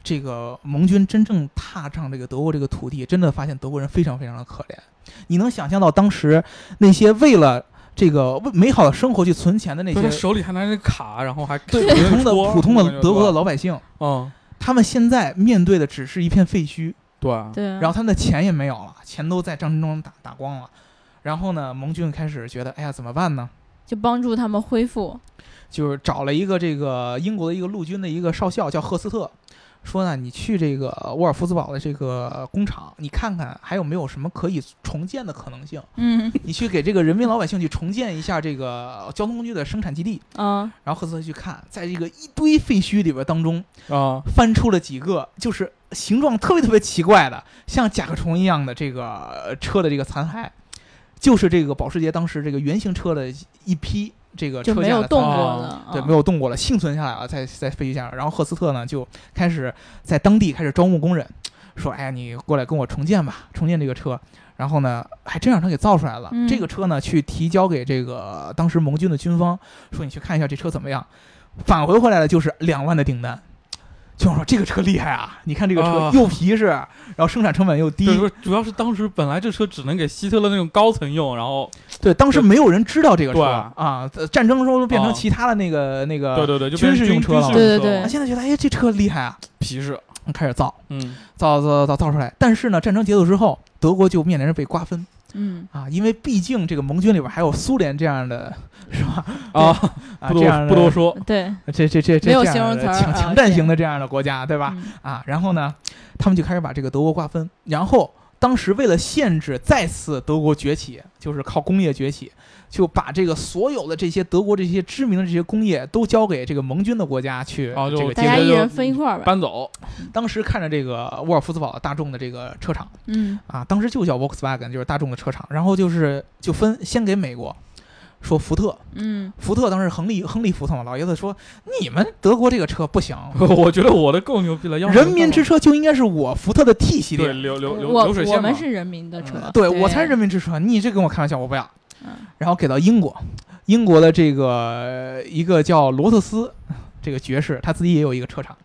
这个盟军真正踏上这个德国这个土地，真的发现德国人非常非常的可怜。你能想象到当时那些为了这个为美好的生活去存钱的那
对他
些
手里还拿着卡，然后还
对普通的普通的德国的
的，
老百姓，
嗯，
他们现在面对的只是一片废墟，
对，
对啊，
然后他们的钱也没有了，钱都在战争中打打光了。然后呢，盟军开始觉得，哎呀，怎么办呢？
就帮助他们恢复，
就是找了一个这个英国的一个陆军的一个少校叫赫斯特，说呢，你去这个沃尔夫斯堡的这个工厂，你看看还有没有什么可以重建的可能性？
嗯
你去给这个人民老百姓去重建一下这个交通工具的生产基地。
啊，
然后赫斯特去看，在这个一堆废墟里边当中，
啊，
翻出了几个就是形状特别特别奇怪的，像甲壳虫一样的这个呃车的这个残骸，就是这个保时捷当时这个原型车的一批这个
就
车
没
架
有
的
动
残骸
过
啊
了，
对，
啊
没有动过了，幸存下来了，在在废墟下。然后赫斯特呢就开始在当地开始招募工人，说：“哎呀，你过来跟我重建吧，重建这个车。”然后呢，还真让他给造出来了。
嗯
这个车呢，去提交给这个当时盟军的军方，说：“你去看一下这车怎么样。”返回回来的就是两万的订单。就说这个车厉害啊！你看这个车
啊
又皮实，然后生产成本又低
对，，不是主要是当时本来这车只能给希特勒那种高层用，然后
对，当时
对
没有人知道这个车
对
啊。呃战争的时候就变成
啊
其他的那个那个，
对对对，就
呃军
变
事
成
用车了
军事
对
用
对
啊
对
现在觉得哎这车厉害啊，
皮实，
开始造。
嗯，
造造造造出来。但是呢，战争结束之后，德国就面临着被瓜分，
嗯
啊，因为毕竟这个盟军里边还有苏联这样的，是吧？
啊，
啊，
不
这样的
多不多说，
对，
这这这这
没有
这样
形容
的
词儿
强
啊
强战型的这样的国家，对吧？
嗯
啊，然后呢，他们就开始把这个德国瓜分。然后当时为了限制再次德国崛起，就是靠工业崛起，就把这个所有的这些德国这些知名的这些工业都交给这个盟军的国家去
哦就
这个
大
接
家
管。
结
一
果就
人分一块儿吧。
搬走，
当时看着这个沃尔夫斯堡大众的这个车厂
嗯
啊，当时就叫 Volkswagen，就是大众的车厂。然后就是就分先给美国，说福特，
嗯，
福特当时亨利亨利福特嘛，老爷子说你们德国这个车不行，
我觉得我的更牛逼了，要
人民之车就应该是我福特的 T 系列
对。流流流
我
流水
我
线嘛
们，是人民的车
嗯，对我才是人民之车，你这跟我开玩笑，我不要。
嗯
然后给到英国，英国的这个一个叫罗特斯这个爵士，他自己也有一个车厂，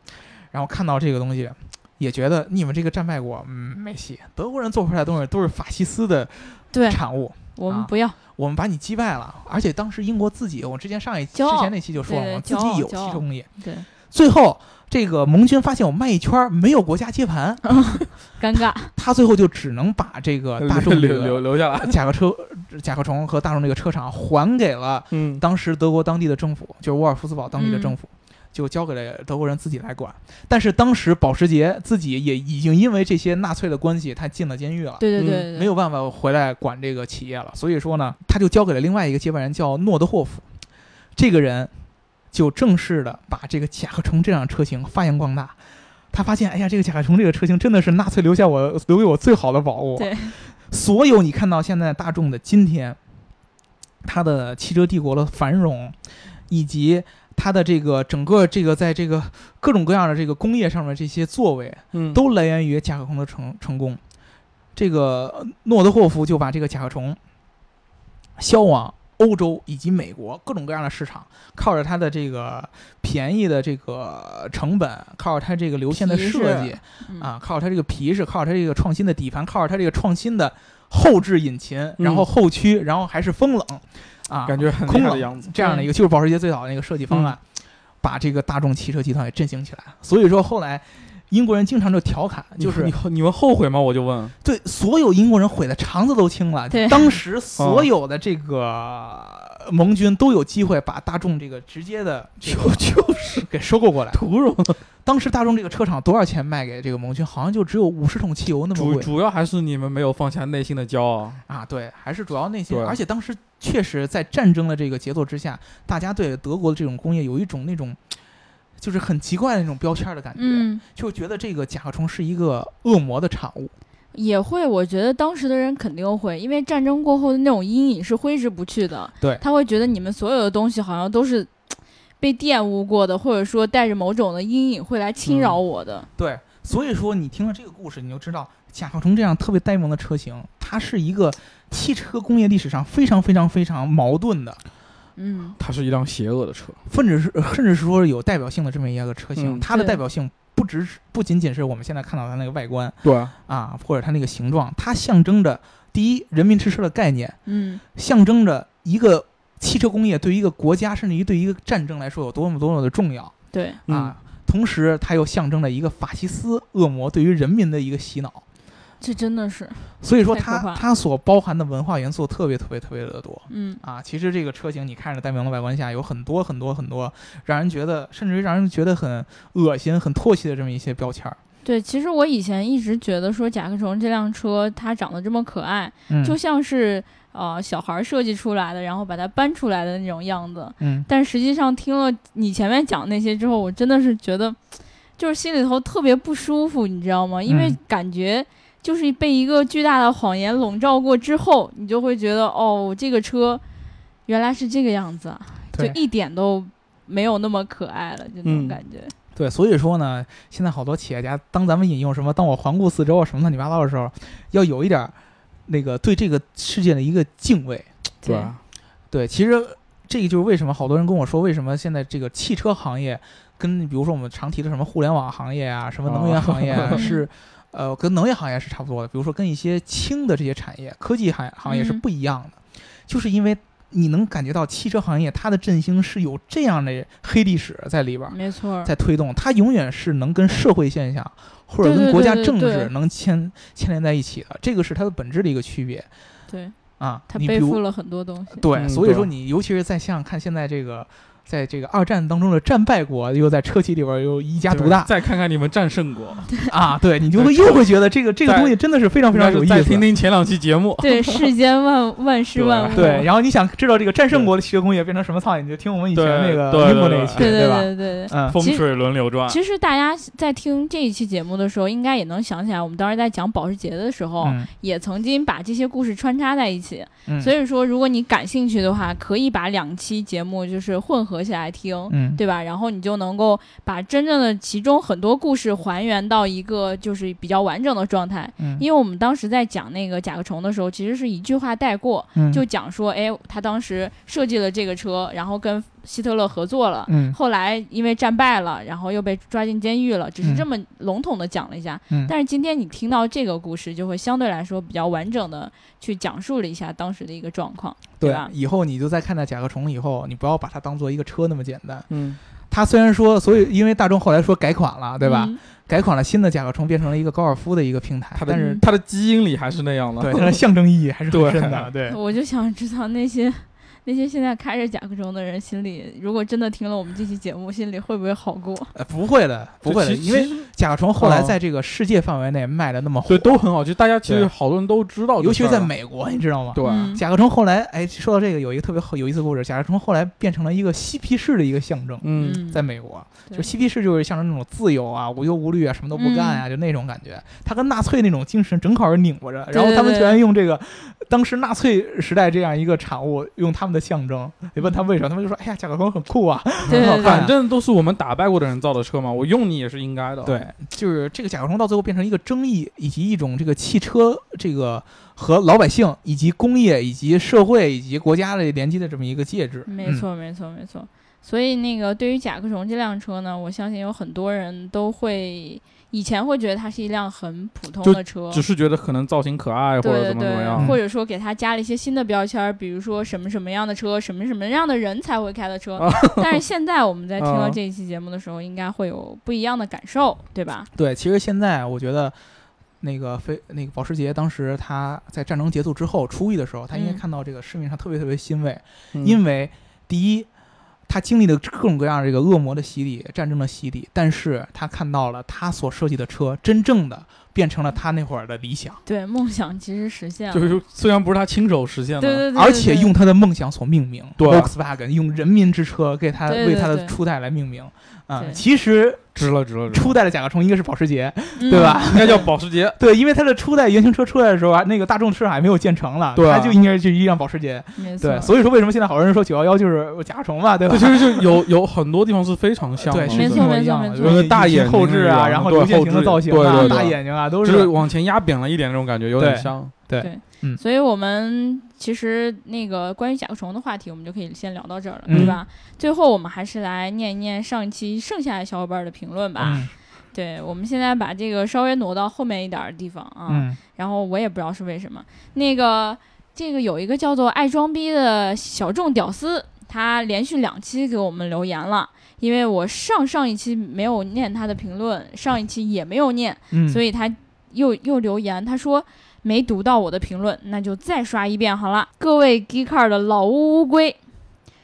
然后看到这个东西，也觉得你们这个战败国，嗯，没戏，德国人做出来的东西都是法西斯的
对，
产物。
我们
啊
不要，
我们把你击败了，而且当时英国自己，我之前上一之
骄傲
前那期就说了嘛，
对
自
对
己有汽
骄傲骄傲
车工业。
对，
最后，这个盟军发现我卖一圈儿没有国家 接盘，
尴尬，
他最后就只能把这个
啊
大众这
留留
个
留下来，
甲壳车、甲壳虫和大众这个车厂还给了
嗯，
当时德国当地的政府，就是沃尔夫斯堡当地的政
嗯
府，就交给了德国人自己来管。但是当时保时捷自己也已经因为这些纳粹的关系，他进了监狱了。
对对
嗯
对对，
没有办法回来管这个企业了，所以说呢，他就交给了另外一个接班人，叫诺德霍夫。这个人就正式的把这个甲壳虫这辆车型发扬光大。他发现，哎呀，这个甲壳虫这个车型真的是纳粹留下我留给我最好的宝物。啊
对，
所有你看到现在大众的今天，它的汽车帝国的繁荣，以及它的这个整个这个在这个各种各样的这个工业上面这些作为，
嗯
都来源于甲壳虫的成成功。这个呃诺德霍夫就把这个甲壳虫销往欧洲以及美国各种各样的市场，靠着它的这个便宜的这个成本，靠着它这个流线的
皮
设
是
计
嗯
啊，靠着它这个皮是，靠着它这个创新的底盘，靠着它这个创新的后置引擎，然
嗯
后后驱，然后还是风冷啊，
感觉很厉
空
害
了
的样子，
这样的一个，就是保时捷最早的那个设计方
嗯
案，把这个大众汽车集团给振兴起来。所以说后来英国人经常就调侃，就是
你你们后悔吗？我 就问，
对所有英国人悔的肠子都青了。
对
当时所有的这个盟军都有机会把大众这个直接的这个
就是
给收购过来。
图什么？
当时大众这个车厂多少钱卖给这个盟军？好像就只有五十桶汽油那么
主
贵
主要还是你们没有放下内心的骄傲，
啊！对，还是主要那些。
对
而且当时确实在战争的这个节奏之下，大家对德国的这种工业有一种那种。就是很奇怪的那种标签的感觉，
嗯，
就觉得这个甲壳虫是一个恶魔的产物。
也会，我觉得当时的人肯定会，因为战争过后的那种阴影是挥之不去的。
对
他会觉得你们所有的东西好像都是被玷污过的，或者说带着某种的阴影会来侵扰我的。
对，所以说你听了这个故事，你就知道甲壳虫这样特别呆萌的车型，它是一个汽车工业历史上非常非常非常矛盾的，
嗯
它是一辆邪恶的车，
甚至是甚至是说有代表性的这么一个车型。
嗯
它的
对
代表性不只是不仅仅是我们现在看到它那个外观
对，
啊，或者它那个形状，它象征着第一人民吃车的概念，
嗯，
象征着一个汽车工业对于一个国家甚至于对于一个战争来说有多么多么的重要。
对，
嗯
啊，同时它又象征了一个法西斯恶魔对于人民的一个洗脑。
这真的是，
所以说
太可怕
它
了
它所包含的文化元素特别特别特别的多
嗯
啊！其实这个车型你看着戴明的外观下，有很多很多很多让人觉得，甚至于让人觉得很恶心、很唾弃的这么一些标签儿。
对。其实我以前一直觉得说甲壳虫这辆车它长得这么可爱，
嗯，
就像是呃小孩儿设计出来的，然后把它搬出来的那种样子。
嗯，
但实际上听了你前面讲那些之后，我真的是觉得，就是心里头特别不舒服，你知道吗？因为
嗯
感觉就是被一个巨大的谎言笼罩过之后，你就会觉得，哦，这个车原来是这个样子，啊，就
对
一点都没有那么可爱了，就那种
嗯
感觉。
对，所以说呢，现在好多企业家，当咱们引用什么“当我环顾四周”啊什么乱七八糟的时候，要有一点儿那个对这个世界的一个敬畏。
对，啊
对，啊其实这个就是为什么好多人跟我说，为什么现在这个汽车行业跟比如说我们常提的什么互联网行业啊，什么能源行业啊、
哦
是，呃，跟能源行业是差不多的。比如说跟一些轻的这些产业、科技行行业是
嗯
不一样的，就是因为你能感觉到汽车行业它的振兴是有这样的黑历史在里边儿。
没错儿。
在推动，它永远是能跟社会现象或者
对
跟
对
国家
对对
政
对
治能牵牵连在一起的，这个是它的本质的一个区别。
对
啊。
他
你
背
比如
负了很多东西。
对，
嗯
所以说
对
你尤其是在像看现在这个，在这个二战当中的战败国，又在车企里边又一家独大
再看看你们战胜国，
啊，对你就会又会觉得这个这个
在
东西真的是非 常非常有意
再听
思。嗯
听前两期节目，
对，世间万万事万物。
对，啊然后你想知道这个战胜国的汽车工业变成什么操，你就听我们以前
对
那个
对
英国
对
那一期，
对对
吧？
对对对。
嗯，
风
其实
水轮流转。
其实大家在听这一期节目的时候，应该也能想起来，我们当时在讲保时捷的时候，
嗯
也曾经把这些故事穿插在一起。
嗯，
所
以
以说，如果你感兴趣的话，可以把两期节目就是混合起来听，
嗯，
对吧？然后你就能够把真正的其中很多故事还原到一个就是比较完整的状态。
嗯
因为我们当时在讲那个甲壳虫的时候，其实是一句话带过，
嗯
就讲说，哎，他当时设计了这个车，然后跟希特勒合作了。
嗯
后来因为战败了，然后又被抓进监狱了，只是
嗯
这么笼统的讲了一下。
嗯
但是今天你听到这个故事，就会相对来说比较完整的去讲述了一下当时的一个状况，对
对啊
吧，
以后你就在看待甲壳虫以后，你不要把它当做一个车那么简单。
嗯，
它虽然说，所以因为大众后来说改款了，对吧？
嗯
改款了，新的甲壳虫变成了一个高尔夫的一个平台，
它的
但是
嗯
它的基因里还是那样的。
对，它的象征意义还是很
对啊
深的。对，
嗯我就想知道那些 那些现在开着甲壳虫的人心里，如果真的听了我们这期节目，心里会不会好过？
呃不会的，不会的，
就其
因为
其实
甲壳虫后来
哦
在这个世界范围内卖的那么火，
对都很好，就大家其
对
实好多人都知道这事儿了，啊
尤其是在美国，你知道吗？
对啊
嗯
甲壳虫后来，哎，说到这个有一个特别好有意思的故事，甲壳虫后来变成了一个嬉皮士的一个象征，
嗯，
嗯，
在美国，就
对
嬉皮士就是象征那种自由啊、无忧无虑啊、什么都不干
嗯
啊，就那种感觉。他跟纳粹那种精神正好是拧巴着，
对
然后他们
对
居然用这个当时纳粹时代这样一个产物，用他们的象征。你问他们为什么，他们就说：“哎呀，甲壳虫很酷啊。
对
很好
对对
看
反正都是我们打败过的人造的车嘛，我用你也是应该的。，
对，就是这个甲壳虫到最后变成一个争议，以及一种这个汽车这个和老百姓以及工业以及社会以及国家的连接的这么一个介质。
没
嗯，
错，没错，没错。所以那个对于甲壳虫这辆车呢，我相信有很多人都会以前会觉得它是一辆很普通的车，
只是觉得可能造型可爱或
对
者
对
怎么怎么
对，
样。
或者说给它加了一些新的标签儿，比如说什么什么样的车，什么什么样的人才会开的车。但是现在我们在听到
啊
这一期节目的时候，应该会有不一样的感受，对吧？
对，其实现在我觉得。那个非那个保时捷当时他在战争结束之后出狱的时候，他应该
嗯
看到这个市面上特别特别欣慰，
嗯
因为第一，他经历了各种各样的这个恶魔的洗礼、战争的洗礼，但是他看到了他所设计的车真正的变成了他那会儿的理想，
对，梦想其实实现了，
就是虽然不是他亲手实现的，
对对对，
而且
对
用他的梦想所命名
对
，Volkswagen 用人民之车给他
对
为
对
他的
对
初代来命名啊
对。
其实
值了值了值了，
初代的甲壳虫一个是保时捷，
嗯
对吧？
应该叫保时捷。
对，因为它的初代原型车出来的时候啊，那个大众市场还没有建成了，
对啊
它就应该是一辆保时捷。
没错
对，，所以说为什么现在好多人说九幺幺就是甲壳虫嘛，对 吧
对，？其实就有有很多地方是非常像的，
对，是
没
一
错
模
没
一
错
样
没
的
错
就是
就是大
眼
眼
后
睛
置
一
啊，
样
然后
对
流线
后
型的
置
造型
对
啊，
对
大
对
眼睛啊，都
只
是
是往前压扁了一点那种感觉，有点
对
像。
嗯
所以我们其实那个关于甲壳虫的话题，我们就可以先聊到这儿了，
嗯
对吧？最后我们还是来念一念上一期剩下的小伙伴的评论吧。
嗯
对，我们现在把这个稍微挪到后面一点儿的地方啊。
嗯
然后我也不知道是为什么，那个这个有一个叫做爱装逼的小众屌丝，他连续两期给我们留言了。因为我上上一期没有念他的评论，上一期也没有念，
嗯，
所
以
以他又又留言，他说没读到我的评论，那就再刷一遍好了。各位 Geeker 的老乌乌龟，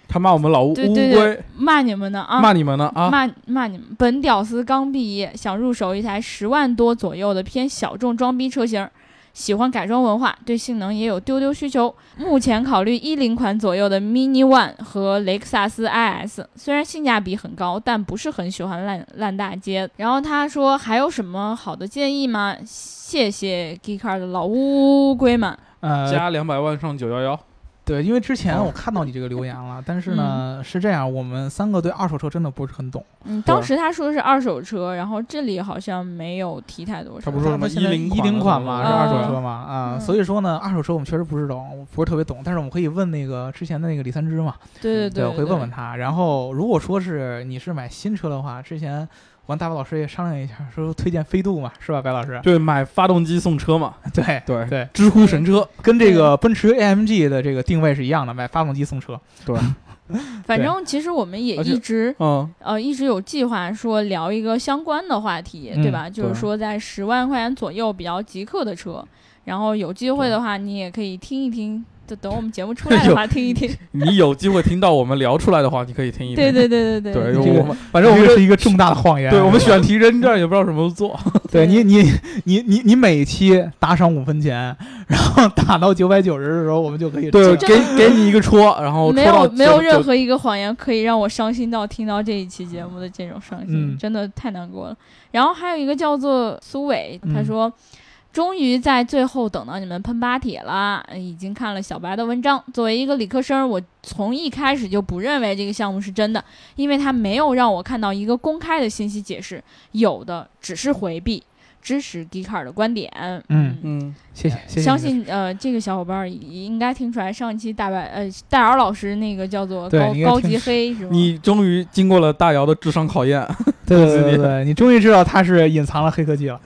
他骂我们老乌乌
对对对
龟，
骂你们呢啊！
骂你们呢啊！
骂骂你们！本屌丝刚毕业，想入手一台十万多左右的偏小众装逼车型儿，喜欢改装文化，对性能也有丢丢需求。目前考虑一零款左右的 Mini One 和雷克萨斯 IS，虽然性价比很高，但不是很喜欢烂烂大街。然后他说还有什么好的建议吗？谢谢 Geeker 的老乌龟们。
呃，
加两百万上九幺幺，
对，因为之前
哦
我看到你这个留言了，但是呢，是这样，我们三个对二手车真的不是很懂，
嗯，
对
当时他说的是二手车，然后这里好像没有提太多什
他
么。
不说什么
现在
10
一零款
款
嘛，
嘛
是
嗯
二手车嘛啊，
嗯
所以说呢，二手车我们确实不是懂，不是特别懂，但是我们可以问那个之前的那个李三枝嘛，
对对
对，
对，
我会问问他。然后如果说是你是买新车的话，之前我跟大白老师也商量一下，说推荐飞度嘛，是吧，白老师？
对，买发动机送车嘛，
对
对
对，
知乎神车，
跟这个奔驰 AMG 的这个定位是一样的，买发动机送车。
对，
反正其实我们也
而且
一直
嗯，
呃一直有计划说聊一个相关的话题，
嗯
对吧？就是
对
说在十万块钱左右比较极客的车，然后有机会的话，你也可以听一听。就等我们节目 出来的话，听一听。
你有机会听到我们聊出来的话，你可以听一听。
对对对对
对，
这
我
个
们反正我们
这
这
是一个重大的谎言。
对我们选题扔这儿也不知道什么时 候做，
对你你你你你每期打赏五分钱，然后打到九百九十的时候，我们就可以
对，
这
给给你一个戳，然后
没
戳到
有没有
就
任何一个谎言可以让我伤心到听到这一期节目的这种伤心，
嗯
真的太难过了。然后还有一个叫做苏伟，他
嗯
说。终于在最后等到你们喷巴铁了，呃已经看了小白的文章。作为一个理科生，我从一开始就不认为这个项目是真的，因为他没有让我看到一个公开的信息解释，有的只是回避。支持 g e k a r 的观点，
嗯
嗯，
谢谢谢谢你的
相信呃，这个小伙伴儿应该听出来，上一期大白呃戴尔老师那个叫做
对
高
你应该
高
听
级
出
黑是吗？
你终于经过了大姚的智商考验，
对对对对对，你终于知道他是隐藏了黑科技了。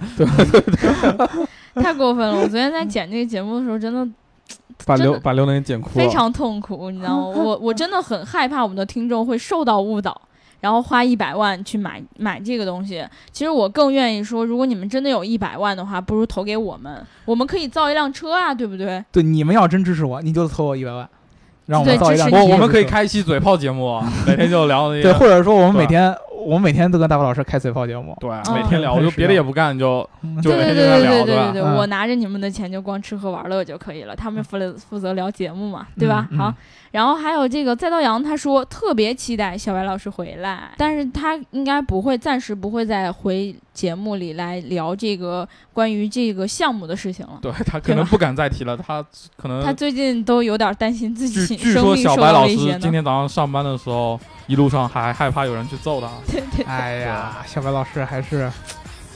太过分了！我昨天
嗯
在剪这个节目的时候，真的
把
真的
刘把刘能给剪哭了。
非常痛苦，你知道吗？我我真的很害怕我们的听众会受到误导，然后花一百万去买买这个东西。其实我更愿意说，如果你们真的有一百万的话，不如投给我们，我们可以造一辆车啊，对不对？
对，你们要真支持我，你就投我一百万，让我
对
们造一
支
辆
持
车。
你
我我们可以开一期嘴炮节目，啊 每天就聊那
对，
个
或者说我们
对啊
每天我们每天都跟大宝老师开嘴炮节目。
啊
对，啊每天聊，就别的也不干，就
嗯
就
对
每
对
天就
对
在
对对
聊，
对对
吧？嗯
对，
嗯
我拿着你们的钱就光吃喝玩乐就可以了，他们负责负责聊节目嘛，对吧？
嗯嗯
好，然后还有这个再到阳，他说特别期待小白老师回来，但是他应该不会，暂时不会再回节目里来聊这个关于这个项目的事情了。
对他可能不敢再提了，他可能
他最近都有点担心自己
呃据据
生
说
命
小
受
白
到
老
威
师
胁
今
呢。
天早上上班的时候，一路上还害怕有人去 揍他，
对对，
哎呀，小白老师还是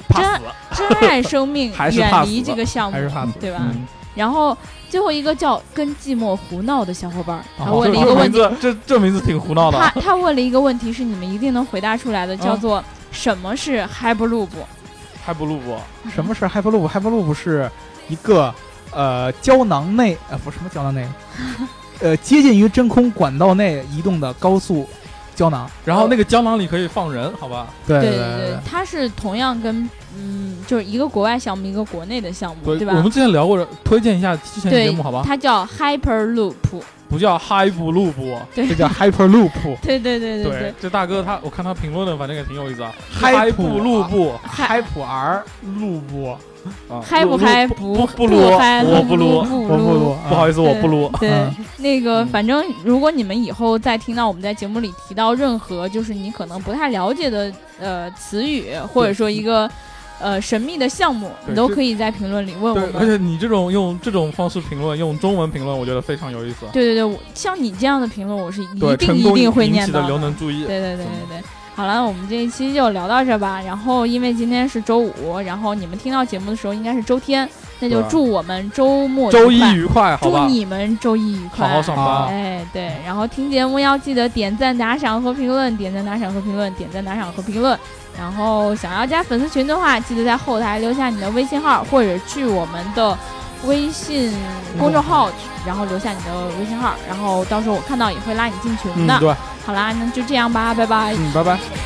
怕死。，
珍爱生命
还是怕
远
死
离这
了
个项目
还是，怕死。
对吧？
嗯，
然后最后一个叫跟寂寞胡闹的小伙伴儿，他
哦
问
这
了一个
这
问
名
题。
字，这这名字挺胡闹的
他
啊。
他问了一个问题，是你们一定能回答出来的，
嗯
叫做什么是 Hyperloop？
还不录不？
什么是 Hyperloop？Hyperloop 是一个呃胶囊内呃不什么胶囊内， 呃接近于真空管道内移动的高速胶囊。
然后那个胶囊里可以放人，好吧？
对
对
对，
它是同样跟嗯，就是一个国外项目，一个国内的项目，
对，我
吧
们？之前聊过，推荐一下之前的节
对
目，好吧，？
它叫 Hyperloop。
不叫嗨不录不。
这叫 Hyperloop。
对对对
对
对，
这大哥他，我看他评论的，反正也挺有意思啊。嗨
嗨
不录不，
嗨普 R 路不？
啊
嗨不
录
嗨
录
不
不不
不
撸，
嗨
我
不
不撸，
不
我不
撸
录，
不好
意
意思，我不撸。
对
嗯，
那个
嗯
反正如果你们以后再听到我们在节目里提到任何就是你可能不太了解的呃词语，或者说一个呃神秘的项目，
嗯
你
对
都
这
可以在评论里问
对
我，
而
们。
且你这种用这种方式评论，用中文评论，我觉得非常有意思。
对对对，我像你这样的评论，我是一
对，
定
成
一
功
定会
引
念
起
到
的嗯
的。
刘能注意。
对对对对对。好了，我们这一期就聊到这儿吧。然后，因为今天是周五，然后你们听到节目的时候应该是周天，那就
对啊
祝我们周末
周
愉
一
快
愉快，好
祝
吧？
你们周一愉快，
好好上
啊
班。
哎，对，然后听节目要记得点赞、打赏和评论，点赞、打赏和评论，点赞、打赏和评论。然后想要加粉丝群的话，记得在后台留下你的微信号，或者去我们的微信公众
嗯
号，然后留下你的微信号，然后到时候我看到也会拉你进群
嗯
的。，
对，
好啦，那就这样吧，拜拜。
嗯，拜拜。
「